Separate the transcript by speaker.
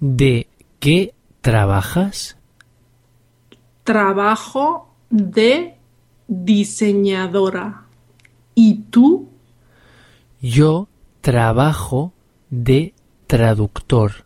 Speaker 1: ¿De qué trabajas?
Speaker 2: Trabajo de diseñadora. ¿Y tú?
Speaker 1: Yo trabajo de traductor.